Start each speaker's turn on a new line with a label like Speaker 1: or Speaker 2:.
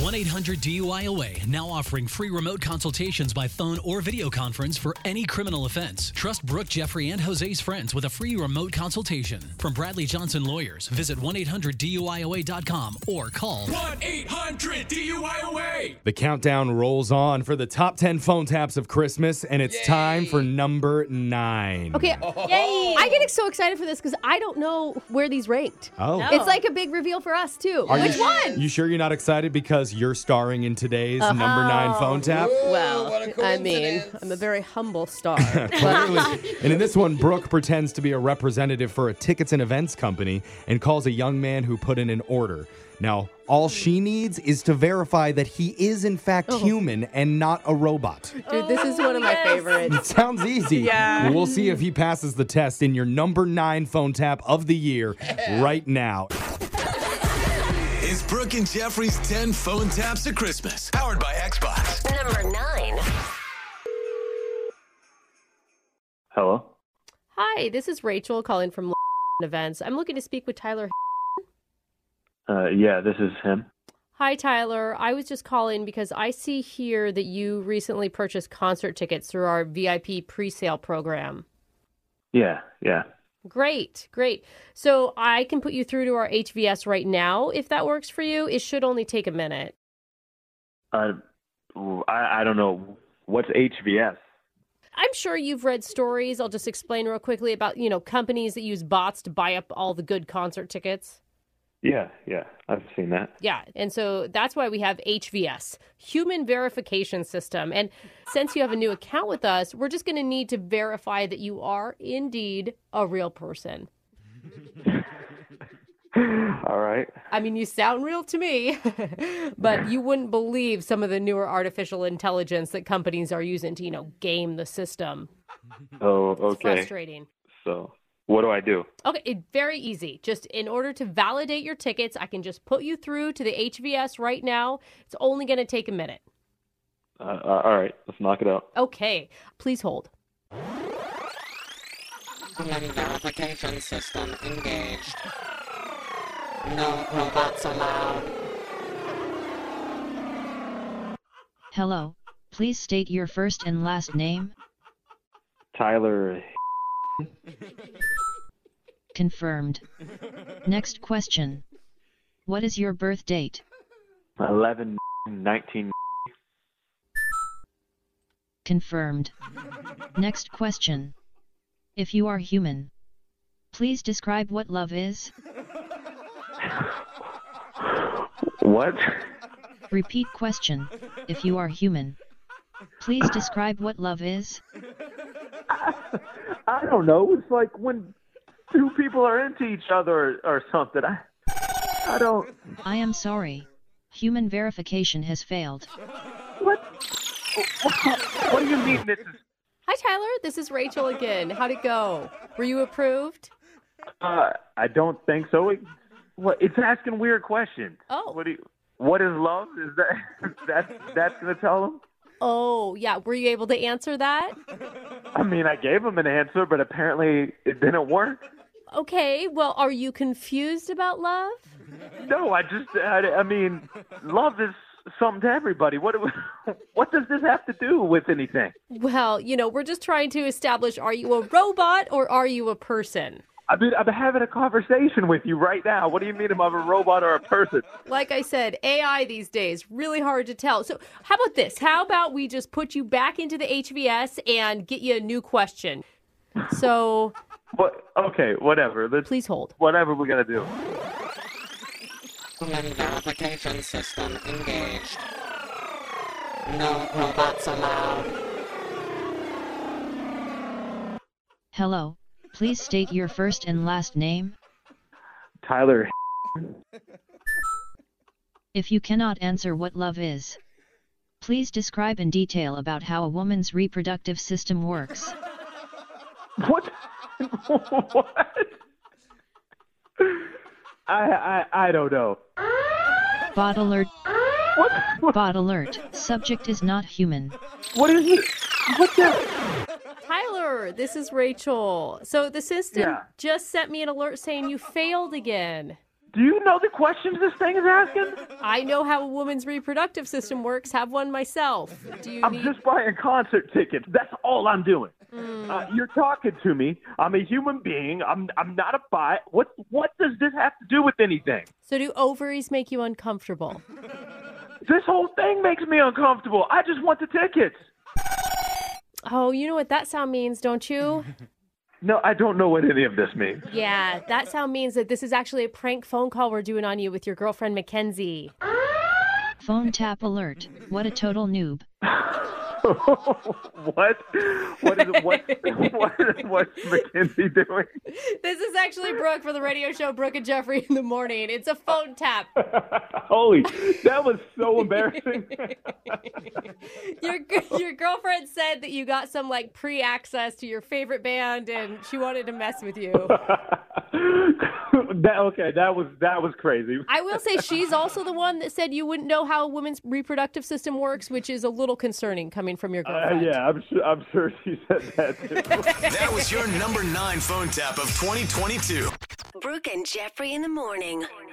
Speaker 1: 1 800 DUIOA now offering free remote consultations by phone or video conference for any criminal offense. Trust Brooke, Jeffrey, and Jose's friends with a free remote consultation. From Bradley Johnson Lawyers, visit 1 800 DUIOA.com or call
Speaker 2: 1 800 DUIOA.
Speaker 3: The countdown rolls on for the top 10 phone taps of Christmas, and it's time for number nine.
Speaker 4: Okay. Yay. I get so excited for this because I don't know where these ranked.
Speaker 3: Oh.
Speaker 4: It's like a big reveal for us, too.
Speaker 3: Are
Speaker 4: Which
Speaker 3: you,
Speaker 4: one? Uh-huh.
Speaker 3: You sure you're not excited because you're starring in today's number nine phone tap?
Speaker 4: well,
Speaker 5: what a
Speaker 4: I mean,
Speaker 5: coincidence.
Speaker 4: I'm a very humble star. but
Speaker 3: Clearly. and in this one, Brooke pretends to be a representative for a tickets and events company and calls a young man who put in an order. Now, all she needs is to verify that he is, in
Speaker 4: Oh.
Speaker 3: fact, human and not a robot.
Speaker 4: dude, this is one of my favorites.
Speaker 3: It sounds easy. Yeah. We'll see if he passes the test in your number nine phone tap of the year right now.
Speaker 2: It's Brooke and Jeffrey's 10 phone taps to Christmas, powered by Xbox.
Speaker 6: Number nine.
Speaker 7: Hello.
Speaker 4: Hi, this is Rachel calling from events. I'm looking to speak with Tyler.
Speaker 7: Uh, yeah, this is him.
Speaker 4: Hi, Tyler. I was just calling because I see here that you recently purchased concert tickets through our VIP pre sale program.
Speaker 7: Yeah, yeah.
Speaker 4: Great, great. So I can put you through to our HVS right now if that works for you. It should only take a minute.
Speaker 7: Uh, I I don't know what's HVS.
Speaker 4: I'm sure you've read stories. I'll just explain real quickly about, you know, companies that use bots to buy up all the good concert tickets.
Speaker 7: Yeah, yeah. I've seen that.
Speaker 4: Yeah. And so that's why we have HVS, Human Verification System. And since you have a new account with us, we're just going to need to verify that you are indeed a real person.
Speaker 7: All right.
Speaker 4: I mean, you sound real to me, but you wouldn't believe some of the newer artificial intelligence that companies are using to, you know, game the system.
Speaker 7: Oh,
Speaker 4: It's
Speaker 7: okay.
Speaker 4: frustrating.
Speaker 7: So, what do I do?
Speaker 4: Okay, it, very easy. Just in order to validate your tickets, I can just put you through to the HVS right now. It's only going to take a minute.
Speaker 7: Uh, uh, all right, let's knock it out.
Speaker 4: Okay, please hold.
Speaker 8: Human verification system engaged. No robots allowed.
Speaker 9: Hello, please state your first and last name.
Speaker 7: Tyler.
Speaker 9: Confirmed. Next question. What is your birth date?
Speaker 7: 11 19
Speaker 9: Confirmed. Next question. If you are human, please describe what love is.
Speaker 7: What?
Speaker 9: Repeat question. If you are human, please describe what love is.
Speaker 7: I don't know. It's like when two people are into each other or, or something. I I don't
Speaker 9: I am sorry. Human verification has failed.
Speaker 7: What? What do you mean this is
Speaker 4: Hi, Tyler. This is Rachel again. How'd it go? Were you approved?
Speaker 7: Uh, I don't think so. It, what, it's asking weird questions.
Speaker 4: Oh.
Speaker 7: What do you, What is love? Is that that's that's gonna tell him?
Speaker 4: Oh, yeah. Were you able to answer that?
Speaker 7: I mean, I gave him an answer, but apparently it didn't work.
Speaker 4: Okay, well, are you confused about love?
Speaker 7: No, I just I, I mean, love is something to everybody. What do- what does this have to do with anything?
Speaker 4: Well, you know, we're just trying to establish are you a robot or are you a person?
Speaker 7: I've been I'm having a conversation with you right now. What do you mean? Am I a robot or a person?
Speaker 4: Like I said, AI these days, really hard to tell. So, how about this? How about we just put you back into the HVS and get you a new question? So,
Speaker 7: What? Okay, whatever. Let's,
Speaker 4: please hold.
Speaker 7: whatever we're gonna do.
Speaker 8: Human verification system engaged. No robots allowed.
Speaker 9: Hello, please state your first and last name.
Speaker 7: Tyler,
Speaker 9: If you cannot answer what love is, please describe in detail about how a woman's reproductive system works.
Speaker 7: What? what? I, I I don't know.
Speaker 9: Bot alert,
Speaker 7: What? What,
Speaker 9: bot alert, subject is not human.
Speaker 7: what is it? What the?
Speaker 4: Tyler, this is Rachel. So, the system
Speaker 7: Yeah.
Speaker 4: just sent me an alert saying you failed again.
Speaker 7: Do you know the questions this thing is asking?
Speaker 4: I know how a woman's reproductive system works. Have one myself. Do you
Speaker 7: I'm
Speaker 4: need?
Speaker 7: just buying concert tickets. That's all I'm doing. Uh, you're talking to me. I'm a human being. I'm I'm not a bot. What what does this have to do with anything?
Speaker 4: So do ovaries make you uncomfortable?
Speaker 7: This whole thing makes me uncomfortable. I just want the tickets.
Speaker 4: Oh, you know what that sound means, don't you?
Speaker 7: No, I don't know what any of this means.
Speaker 4: Yeah, that sound means that this is actually a prank phone call we're doing on you with your girlfriend Mackenzie.
Speaker 9: Phone tap alert. What a total noob.
Speaker 7: what? What is it? What, what? What's Mackenzie doing?
Speaker 4: This is actually Brooke for the radio show Brooke and Jeffrey in the morning. It's a phone tap.
Speaker 7: Holy, that was so embarrassing.
Speaker 4: Your your girlfriend said that you got some like pre access to your favorite band, and she wanted to mess with you.
Speaker 7: that, okay, that was that was crazy.
Speaker 4: I will say she's also the one that said you wouldn't know how a woman's reproductive system works, which is a little concerning coming from your
Speaker 7: Uh,
Speaker 4: girlfriend.
Speaker 7: yeah, I'm sure. I'm sure she said that too.
Speaker 2: That was your number nine phone tap of 2022.
Speaker 5: Brooke and Jeffrey in the morning.